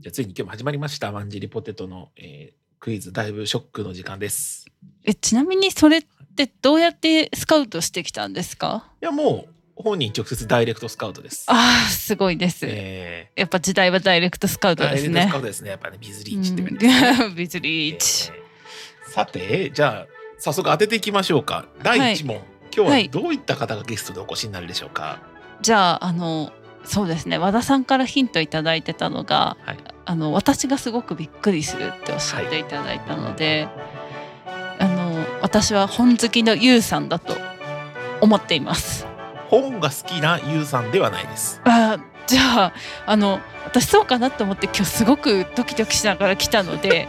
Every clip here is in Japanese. じゃあついに今日も始まりました。マンジリポテトの、えークイズだいぶショックの時間です。いえちなみにそれってどうやってスカウトしてきたんですかやもう本人直接ダイレクトスカウトです。ああすごいです、えやっぱ時代はダイレクトスカウートダでイレすクトスねカウトですね。やっぱねビズリーチって感じですね。うん ビズリーチ、 えーさてじゃあ早速当てていきましょうか。第一問、今は日はいどういった方がゲストでお越しになるでしょうか。じゃああのそうですね和田さんからヒントいただいてたのが、はいあの私がすごくびっくりするっておっしゃっていただいたので、あの私は本好きのゆうさんだと思っています。本が好きなゆうさんではないです。あーじゃああの私そうかなと思って今日すごくドキドキしながら来たので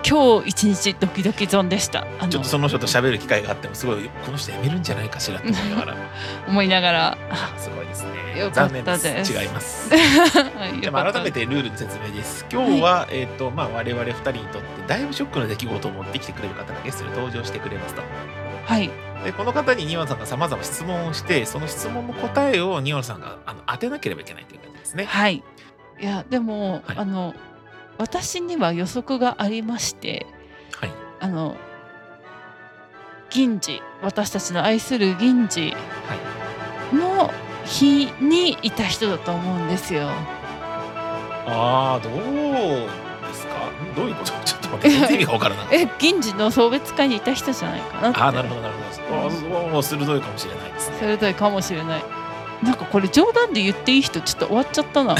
今日一日ドキドキゾンでしたちあょっのとその人と喋る機会があってもすごいこの人辞めるんじゃないかしらって思いながら 思いながらすごいですねよ。か残っ念たですです。違います。はいでよもかった改めてルールの説明です。今日は、えっ、と、まあ、我々二人にとって、だいぶショックな出来事を持ってきてくれる方がゲストに登場してくれますと。はいで、この方にニワさんが様々質問をして、その質問の答えをニワさんがあの当てなければいけないという感じですね。はいいやでも、はいあの私には予測がありましてはい。あの銀次私たちの愛する銀次の日にいた人だと思うんですよ。ああ、どうですかんどういうことちょっと待って、全然意味がわからなかっえ銀次の送別会にいた人じゃないかなってた。ああー、なるほど、なるほど。そうおー鋭いかもしれないですね。鋭いかもしれないなんかこれ冗談で言っていい人ちょっと終わっち ゃったな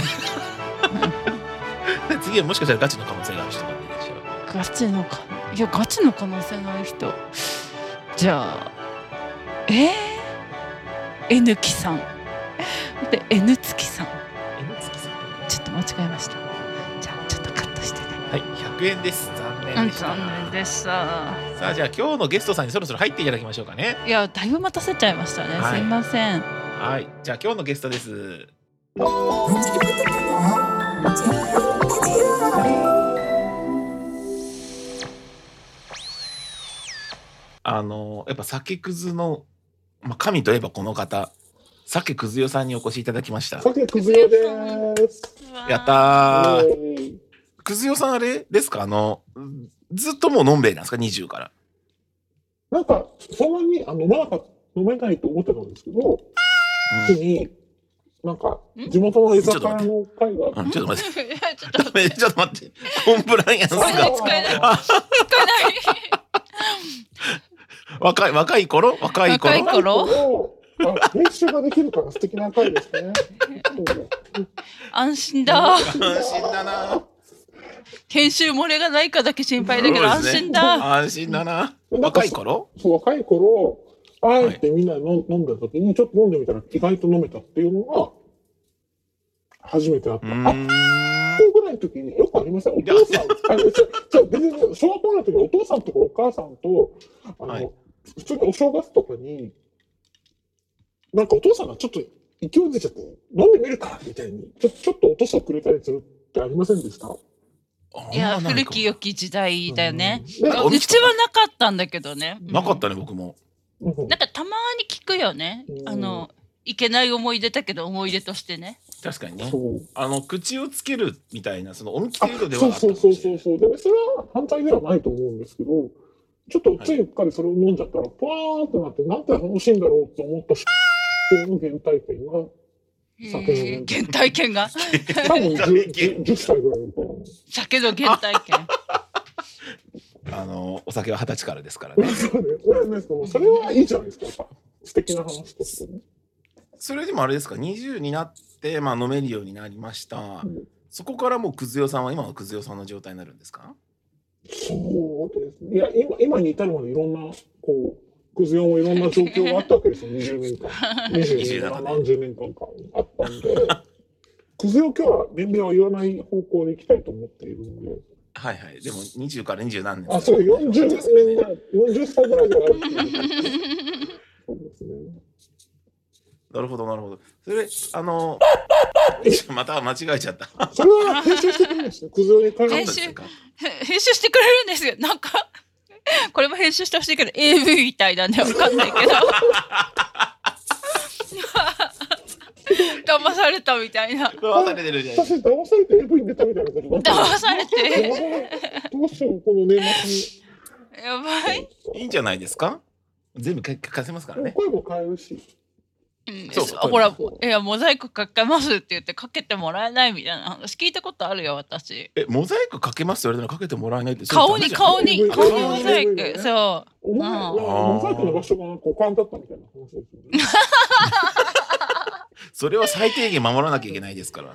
で次はもしかしたらガチの可能性がある人がいらっしゃる。ガチのかいやガチの可能性のある人じゃあえー、N 木さんで N 月さんえのつきさん。はちょっと間違えましたじゃあちょっとカットしてねい、100円です。残う念んでした。残念でしたさあ、じゃあ今日のゲストさんにそろそろ入っていただきましょうかね。いやだいぶ待たせちゃいましたね、はいすいませんはい、じゃあ今日のゲストです。あのやっぱ酒くずの、まあ、神といえばこの方酒くずよさんにお越しいただきました酒くずれです。やったーおいくずよさんあれですかあのうんずっともう飲んべえなんですか20からなんか、そんなに、あの、飲まなかった、飲めないと思ってたんですけど、う次に、なんか、ん地元の居酒屋の会が、うん、ちょっと待って て いやちょっとダメちょっと待ってコンプライアンス使えないが使えない使若い若い頃若い頃若い頃あ練習ができるから素敵な会ですね。 えない安心だ安心だな研修漏れがないかだけ心配だけどそう安ですね心だ。安心だなうん若い頃そう若い頃、あえてみんなで飲ん飲んだ時に、ちょっと飲んでみたら意外と飲めたっていうのが、初めてだっうた。あーん高校ぐらいの時によくありません。お父さん、あのちょちょ全然小学校の時にお父さんとかお母さんと、あの、はい普通にお正月とかに、なんかお父さんがちょっと勢い出ちゃって、飲んでみるかみたいに、ちょちょっとお父さんくれたりするってありませんでしたあいやあんまない古かき良き時代だよね。。うんなんかおう店ちはなかったんだけどね。うんなかったね僕もうんなんかたまに聞くよねう。んあのいけない思い出だけど思い出としてね。確かにねそうあの口をつけるみたいなそのおみきあ程度ではそあうったかそうもそうしれそなういそう。で、それは反対ではないと思うんですけど、ちょっとついうっかりそれを飲んじゃったら、ぽわーってなって、なんて楽しいんだろうと思ったし、の原体験が、酒のえー原体験が 多分 10, 10歳ぐらいだと思う。酒の原体験。 あのお酒は二十歳からですからそうねねそうですけどそれはいいじゃないですか、やっぱ素敵な話としてね。それでもあれですか20になって、まあ、飲めるようになりましたうんそこからもうくずよさんは今はくずよさんの状態になるんですかそうですね。いや、今、今に至るまでいろんな、こう、クズ用もいろんな状況があったわけですよ、20年間。20年間、何十年間かあったんで。クズ用今日は年齢は言わない方向でいきたいと思っているので。はいはいでも20から20何年あ、そう、40です年よねぐらい、40歳ぐらいではあるっていう。そうですね。なるほどなるほどそれあの また間違えちゃったそれは編集してくれるんですね。クズ用に変えそうまなん編で集す。すか編集してくれるんですよ。なんかこれも編集してほしいけど AV みたいなんでわかんないけど。 騙されたみたいな。騙されてるじゃない私騙されて AV に出たみたいなことになってる騙されて。 どうしようこの年末やばい。にいいんじゃないですか全部か貸せますからね。声も変えるしうんそうほらそう、いや、モザイクかけますって言ってかけてもらえないみたいな話聞いたことあるよ、私。え、モザイクかけますって言われたらかけてもらえないって。顔に、顔に、あ顔にモザイそういク。うことねそお前はうんモザイクの場所が股間だったみたいな話ですよねそれは最低限守らなきゃいけないですから。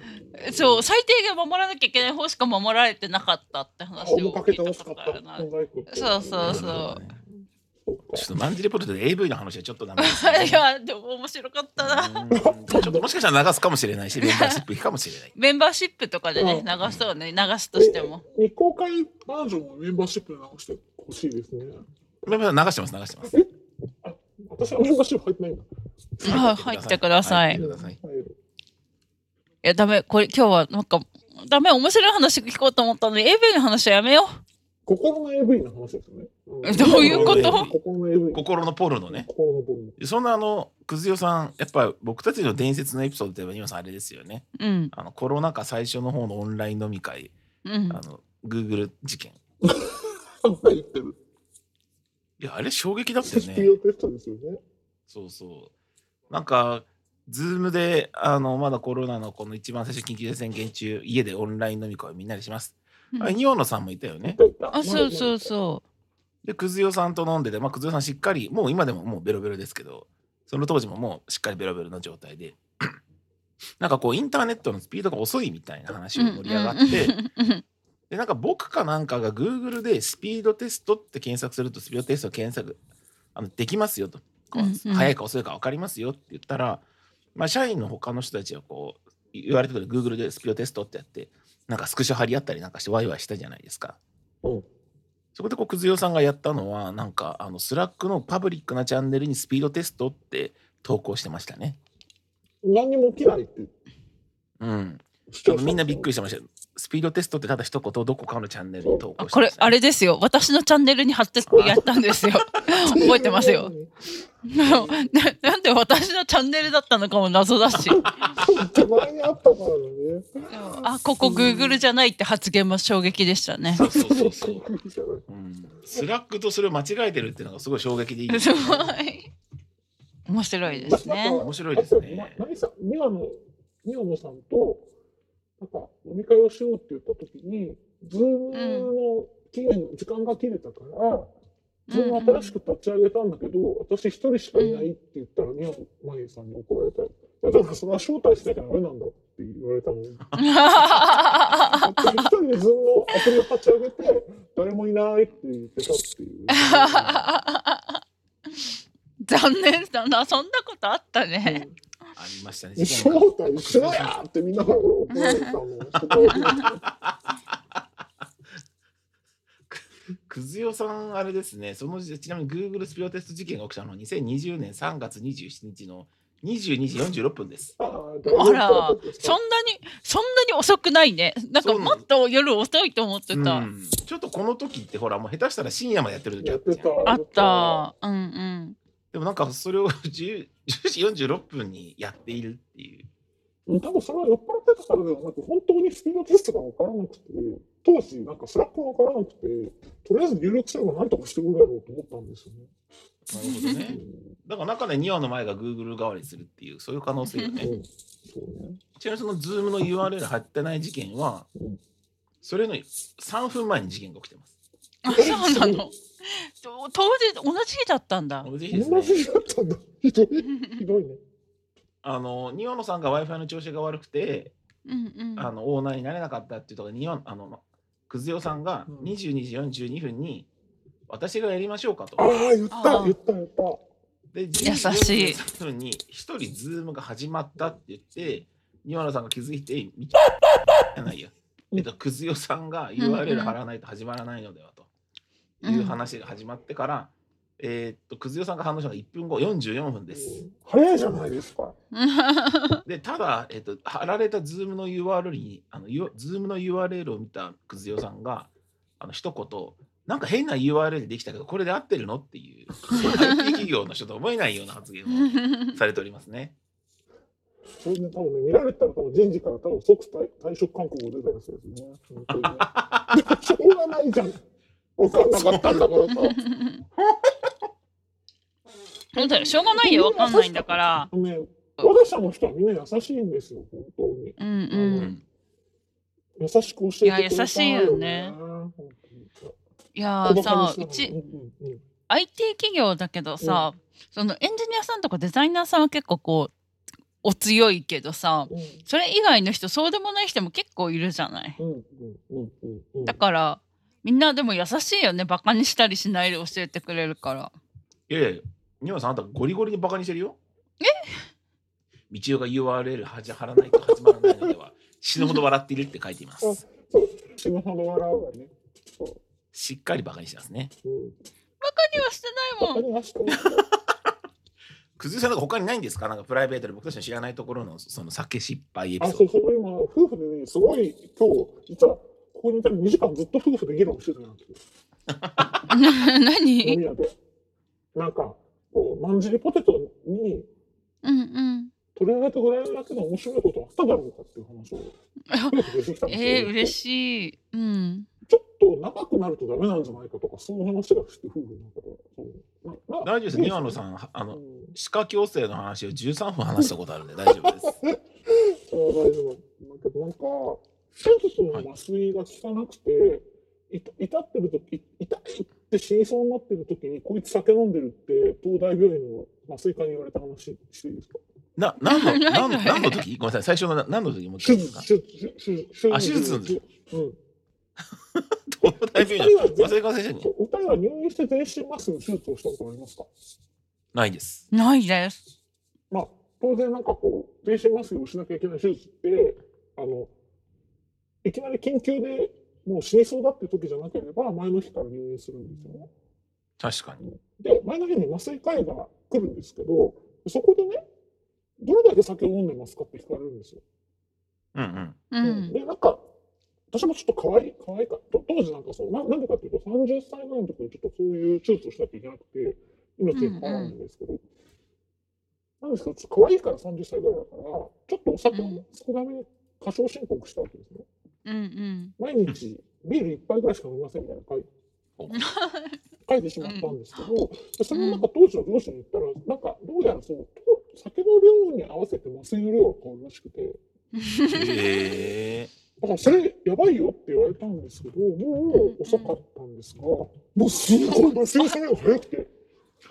う。そう、最低限守らなきゃいけない方しか守られてなかったって話顔をもか聞けいてたほしこかっとあたるな。モザイクってそうそうそうそうかちょっとマンジリポテトで AV の話はちょっとダメです、い や、でも面白かったな。うんちょっともしかしたら流すかもしれないし、メンバーシップいくかもしれない。メンバーシップとかでね、うん流そうね、流すとしても。未公開バージョンもメンバーシップで流してほしいですね。メンバー流してます、流してます。私はメンバーシップ入ってないんだ。あ入ってくださ入いってください。入るいや、ダメ、これ今日はなんか、ダメ、面白い話聞こうと思ったのに、AV の話はやめよ心の AV の話ですよね。うんえ どういうこと心の AV。心のポルノね。心の ボルそんなあの、くずよさん、やっぱ僕たちの伝説のエピソードといえば、今さんあれですよね。う。うん。あのコロナ禍最初の方のオンライン飲み会、うんあ。の、Google 事件。言ってる。いや、あれ衝撃だったセよスねピ。用テストですよね。そうそう。なんか、ズームで、あの、まだコロナのこの一番最初緊急事態宣言中、家でオンライン飲み会をみんなでします。うんあれ、ニオノさんもいたよね。あ、そうそうそで、くずよさんと飲んでて、まあ、くずよさんしっかり、もう今でももうベロベロですけど、その当時ももうしっかりベロベロの状態で、 なんかこう、インターネットのスピードが遅いみたいな話う。を盛り上がって、うんうんで、なんか僕かなんかが Google でスピードテストって検索すると、スピードテスト検索あのできますよと、こううんうん早いか遅いか分かりますよって言ったら、まあ、社員の他の人たちはこう、言われてくる Google でスピードテストってやって、なんかスクショ貼り合ったりなんかしてワイワイしたじゃないですか。うん。そこでこうくずよさんがやったのはなんかあのスラックのパブリックなチャンネルにスピードテストって投稿してましたね。何にも起きないってうん。多主張した分みんなびっくりしてましたよ。スピードテストってただ一言どこかのチャンネルに投あ稿してこまれしたね、あれですよ私のチャンネルに貼ってやったん ですよ覚えてますよ。 ななんで私のチャンネルだったのかも謎だ し手前にあったからだね。あここ Google じゃないって発言も衝撃でしたねそうそうそうそう。じゃないうん、スラックとそれを間違えてるっていうのがすごい衝撃でいいですすね、ごい面白いですね面白いですねあとま何さん、ミワノ、ミワノさんと、なんか飲み会をしようって言った時に、ズームの期限、時間が切れたから、ズーム新しく立ち上げたんだけど、私一人しかいないって言ったら、ミワノマユさんに怒られたり。いやだからそれは招待しなきゃダメなんだって言われたのに。一人でズームのアプリを立ち上げて、誰もいないって言ってたっていう。 残念だなそんなことあったねありましたね。事招件が待しろやってみんなから怒られたの。そこはくずよさん、あれですね、その時ちなみに Google スピードテスト事件が起きたのは2020年3月27日の22時46分です。ああらそんなにそんなに遅くないねなんかもっと夜遅いと思ってた、うんちょっとこの時ってほらもう下手したら深夜までやってる時あやっったてじゃんた。あったうんうんでもなんかそれを 10, 10時46分にやっているっていう多分それは酔っ払ってたからではなく、本当にスピードテストが分からなくて、当時、なんかスラックが分からなくて、とりあえず入力すれば何とかしてくれるだろうと思ったんですよね。なるほどねうだから中で2話の前が Google 代わりするっていうそういう可能性がねんうんそうね。ちなみにその Zoom の URL 貼ってない事件はうんそれの3分前に事件が起きてますあそうなの。と当時同じ日だったんだ。同じ日です同ねじだったんだ。ひどい、ひどいね。あの2話のさんが w i f i の調子が悪くてうんうん。あのオーナーになれなかったっていうところにあのくずよさんがうん22時42分に私がやりましょうかとああ、言っあた、ー言った、言った。で、優しい分に一人ズームが始まったって言って、庭野さんが気づいて、みじゃないよ。えっと、くずよさんが URL 貼らないと始まらないのではという話が始まってから、えーっと、くずよさんが反応したのが1分後、44分です。早いじゃないですか。で、ただ、えっと、貼られたズームの URL に、あの、よズームの URL を見たくずよさんが、あの、一言、なんか変な URL できたけど、これで合ってるのっていう、IT 企業の人と思えないような発言をされておりますね。それで多分ね、見られたら多分人事から多分即退退職勧告が出たりするんですよね。本当にねでもしょうがないじゃん。分かんなかったんだからさ。本当にしょうがないよわかんないんだから。ね、我が社の人はみんな優しいんですよ、本当に。うんう。うんん優しく教えてくれたいや優しいよね本いや当にーさう小馬鹿にしちないうんうんうん IT 企業だけどさ、そのエンジニアさんとかデザイナーさんは結構こうお強いけどさうんそれ以外の人そうでもない人も結構いるじゃない。うんうんうんうんだからみんなでも優しいよねバカにしたりしないで教えてくれるから。いやいや、ニワさん、あんたゴリゴリにバカにしてるよ。え道代が URL はじ貼らないと始まらないのでは、死ぬほど笑っているって書いています。そう、死ぬほど笑うわね。しっかりバカにしてますね。うん。バカにはしてなわいもかん。りました。くずさんなんか他にないんですかなんかプライベートで僕たちの知らないところのその酒失敗エピあ、ソそーう、それ今、夫婦でね、すごい、今日、実は、ここにいたら2時間ずっと夫婦で議論してたんですよ。飲何 み屋で。なんか、こう、まんじりポテトにうんうん。取り上げてくれるだけの面白いことあっただろうかっていう 話を、夫婦でしてきたんですよ。えー、嬉しい。うん。ちょっと長くなるとダメなんじゃないかとか、そういう話がして、夫婦の中で。そうまあ大丈夫です。ニワノさ。ん、あまあうの、ん歯科矯正の話を13分話したことあるんで大丈夫 です。あ大丈夫だけどなんか手術の麻酔が効かなくて、いた痛ってる時痛いって死にそうになってる時にこいつ酒飲んでるって東大病院の麻酔科に言われた話していいですかな、何の、ない何のの何の時ごめんなさい、最初の何の時もう一手回いいです か術手術手術あ手術なんですうん東大病 院の二人は麻酔科先生にそうお二人は入院して全身麻酔の手術をしたことありますかないです。ないです。まあ当然なんかこう全身麻酔をしなきゃいけない手術ってあのいきなり緊急でもう死にそうだって時じゃなければ前の日から入院するんですよね確かに。で、前の日に麻酔科医が来るんですけど、そこでね、どれだけ酒を飲んでますかって聞かれるんですよ。うん うん。うん。で、なんか、私もちょっと可愛い、可愛いか、と当時なんかそう、ななんでかっていうと、30歳ぐらいの時にちょっとそういう手術をしなきゃいけなくて、命に関わるんですけど、なんですけど、ちょっと可愛いから30歳ぐらいだから、ちょっとお酒を少なめに過小申告したわけですね。うんうん。毎日ビール一杯ぐらいしか飲みませんみたいな書い お書いてしまったんですけど、でそれもなんか当時の上司に言ったら、なんかどうやらそのと酒の量に合わせて麻酔の量が変わるらしくて、へえ。だからそれやばいよって言われたんですけど、もう遅かったんですが、もうすごい麻酔するのが早く て、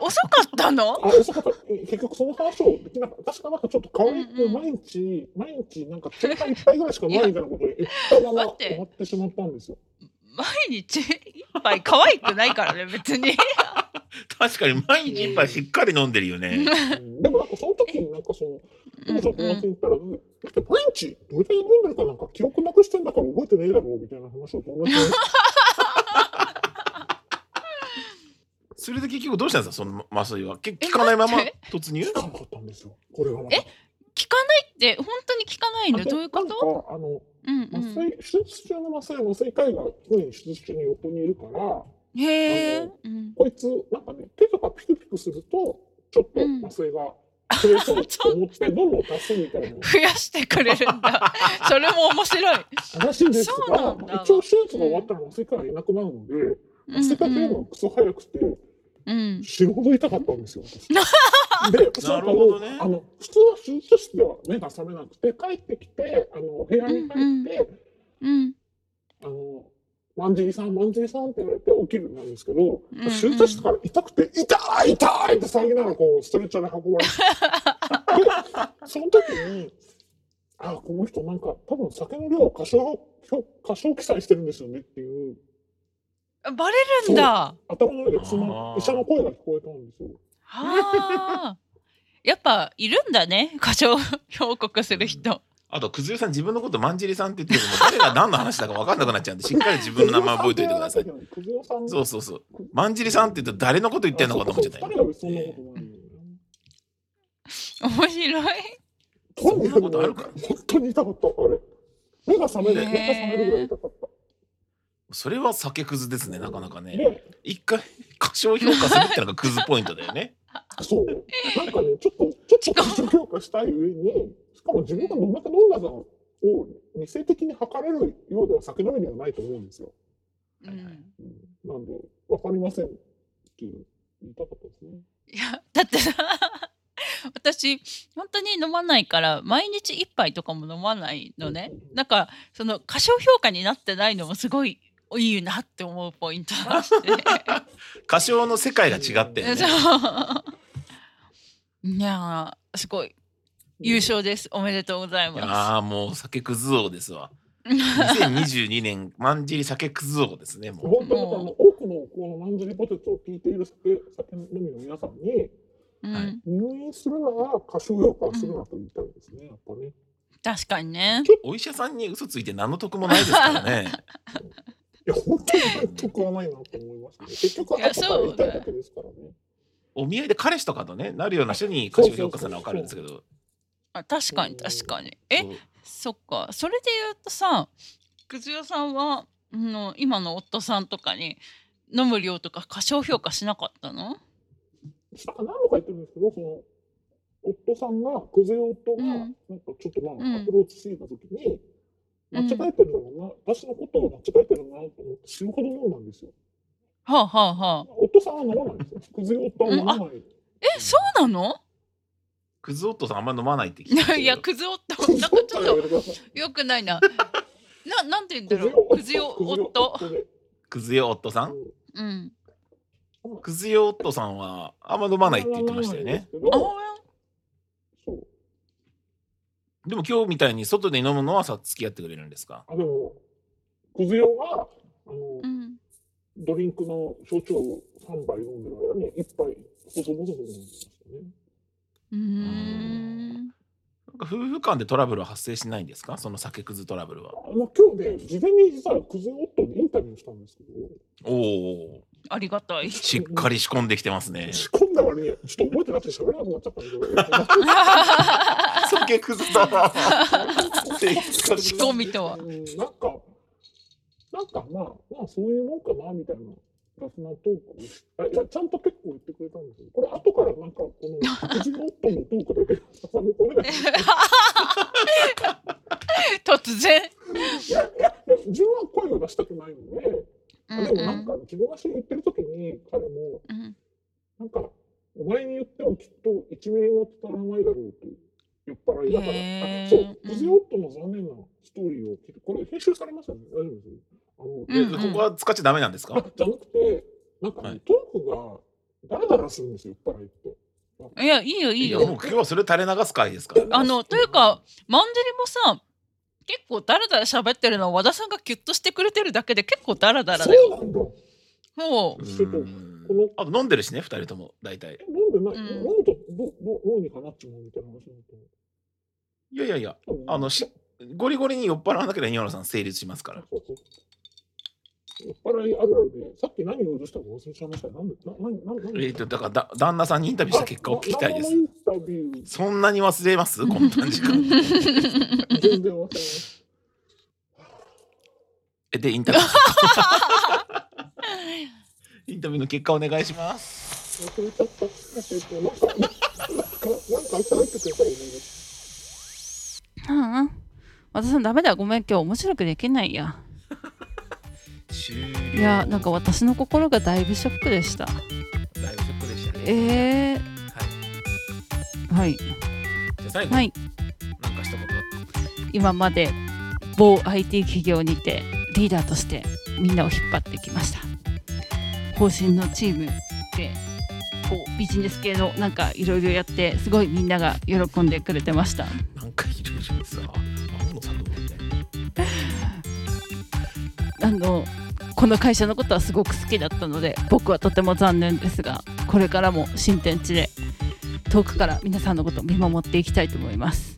遅かったのあ、遅かった。結局その話をできなかった。確かなんかちょっと可愛いうんうん毎日、毎日なんか手がいっぱいぐらいしかないみたいなことを言ったまま待って終わってしまったんですよ。毎日一杯可愛くないからね、別に。確かに毎日一杯しっかり飲んでるよね。うんでもなんかその時になんかその、うん当時の友達うに言ったら、だって毎日どれだけ飲んでるかなんか記憶なくしてんだから覚えてねえだろうみたいな話を友達に。それで結局どうしたんですかその麻酔は。結効かないままえ突入聞かなかったんですよ。これがまたえ聞かないって、本当に聞かないあのとどういうことなんかあのうんう麻ん。酔手術中の麻酔麻酔科医が常に手術中に横にいるから、へあえの。うんこいつなんかね手とかピクピクするとちょっと麻酔が切れそうと 思ってどんどん足すみたいな。増やしてくれるんだ。 それも面白い。らしいんです が、そうなんだ一応手術が終わったら麻酔科医がいなくなるので、う麻酔科医がんクソ早くて。うん。うん死ぬほど痛かった んですよ。私で、私なんかなもるほう、どねあの、普通は手術室では目が覚めなくて、帰ってきて、あの、部屋に帰って、うん。あの、まんじりさん、まんじりさんって言われて起きるんですけど、んうん手術室から痛くて、痛い痛いって騒ぎながら、こう、ストレッチャーで運ばれて。 で、その時に、あ、この人なんか、多分酒の量を過小、過小記載してるんですよねっていう、バレるんだ。は頭の上でそのあー医者の声が聞こえたんですよ。あ。やっぱいるんだね。過小報告する人。あと、くずよさん自分のことまんじりさんって言ってるけど、もう誰が何の話だか分かんなくなっちゃうんで、しっかり自分の名前覚えておいてください。クジオさ んそうそうそう。まんじりさんって言ったら誰のこと言ってんのかと思っちゃったあよそうかそう二人は別にそんなことないよね面白い。そんなことあるか本当に痛かった、あれ。目が覚める、ね目が覚めるぐらい痛かった。それは酒くずですね、なかなかね。で、一回、過小評価するってのが くずポイントだよね。そう。なんかね、ちょっと、ちょっと過小評価したい上に、かも自分が野中のんださんを理性的に測れるようでは酒飲みではないと思うんですよ。うはいはいんうんなんで、わかりませんっていう言いたかったですね。いやだってさ私本当に飲まないから毎日一杯とかも飲まないのね、うんなんかその過小評価になってないのもすごいいいなって思うポイントだし、歌唱の世界が違ってね。そういやーすごい優勝です、おめでとうございまああ、もう酒くず王です わ。2022年、まんじり酒くず王ですね、も本当にあの多くのこのマンジリポテトを聞いている酒酒飲みの皆さんにす、うはん、入院するなら過小評価するなと言いたいですね、やっぱね。確かにねう。お医者さんに嘘ついて何の得もないですから ね。いや、本当に得はないなと思いましたね。結局、いや後からそう言いたいだけですからね。お見合いで彼氏とかとね、なるような人に歌唱評価するのはわかるんですけど。あ確かに確かにえそうそっかそれで言うとさくずよさんはあの今の夫さんとかに飲む量とか過小評価しなかったのなんか何度か言ってるんですけど、その、夫さんが、クゼ夫が、うんなんかちょっとまうんあ、アプローチしていたときに、う間ん違えてるのかな、私のことを間違えてるなと思って死ぬほど飲んだんですよ。はあはあはあ夫さんは飲まないんですよ。クゼ夫は飲まない。えそうな のくず夫さんあんま飲まない って聞いいたけやどいやくず夫クなんかちょっはやめとてください。よくないなななんて言うんクだゼろう夫くずよクゼ夫くずよ夫でさうんんうんくずよ夫さんはあんま飲まないって言ってましたよね。。飲あまないんですあけどそう。でも今日みたいに外で飲むのはさ付き合ってくれるんですかあ、でも、クゼ夫が、あのう、んドリンクの焼酎を3杯飲んでる間に1杯細々と飲んでましたね。うーんなんか夫婦間でトラブルは発生しないんですかその酒くずトラブルは。あの今日ね、事前に実はクズ夫にインタビューしたんですけど、おおありがたいしっかり仕込んできてますね。仕込んだ割にちょっと覚えてなくて喋れなくなっちゃったん酒くずだな。で。仕込みとは うんなんか、なんかまあ、まあそういうもんかなみたいな。ラフなトークをしあいやちゃんと結構言ってくれたんですよ。これ後からなんかこのクズ夫のトークだけ挟み込めない。突然いやいや自分は声を出したくないので、うでもなんんか自分が言ってる時に彼もうんなんか、お前に言ってもきっと1ミリも伝わらないだろうと言っ払いだから、へーあそう、うんクズヨットの残念なストーリーを聞いて、これ編集されましたよね、大丈夫ですあうの、んここは使っちゃダメなんですかあじゃなくて、なんかね、はいトークがダラダラするんですよ、酔っ払いって。いやいいよいいいやよもう今日はそれ垂れ流す回ですから。あのというか、マンジェリもさ結構ダラダラ喋ってるのは和田さんがキュッとしてくれてるだけで結構ダラダラだそうよなんだ。もううーんあと飲んでるしね二人とも大体。え飲んでない、うん飲むとどどどうにかなっちまうみたいな話になっていやいやいやあのしゴリゴリに酔っ払わなければ二原さん成立しますから。そうそう酔っ払いあるあるで、さっき何を許したか忘れちゃいました。なんで、な、な、な、なえー、とだからだ旦那さんにインタビューした結果を聞きたいですあ。生のインタビューそんなに忘れ ますこんな時間。全然わかります。えでインタビュ ーインタビューの結果お願いします。忘れちゃった。忘れてなんか、なんか、なんか入ってくださいね。うんうん和田さんダメだごめん今日面白くできないやいやなんか私の心がだいぶショックでしただいぶショックでしたね。えー、はい。はいじゃあ最後、はいなんか一言。今まで某 IT 企業にてリーダーとしてみんなを引っ張ってきました方針のチームでこうビジネス系のなんかいろいろやってすごいみんなが喜んでくれてましたなんかいろいろさ、青野さんとかみたいな。あのこの会社のことはすごく好きだったので僕はとても残念ですがこれからも新天地で遠くから皆さんのことを見守っていきたいと思います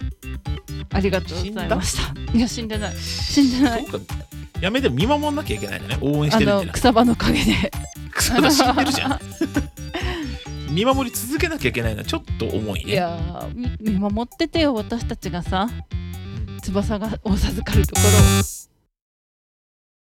ありがとうございましたいや死んでない死んでないそうか。やめて見守んなきゃいけないのね。応援しあてるっのてな。草場の陰で 草田死んでるじゃん。見守り続けなきゃいけないのはちょっと重いいね。やーみ見守っててよ私たちがさ翼がお授かるところを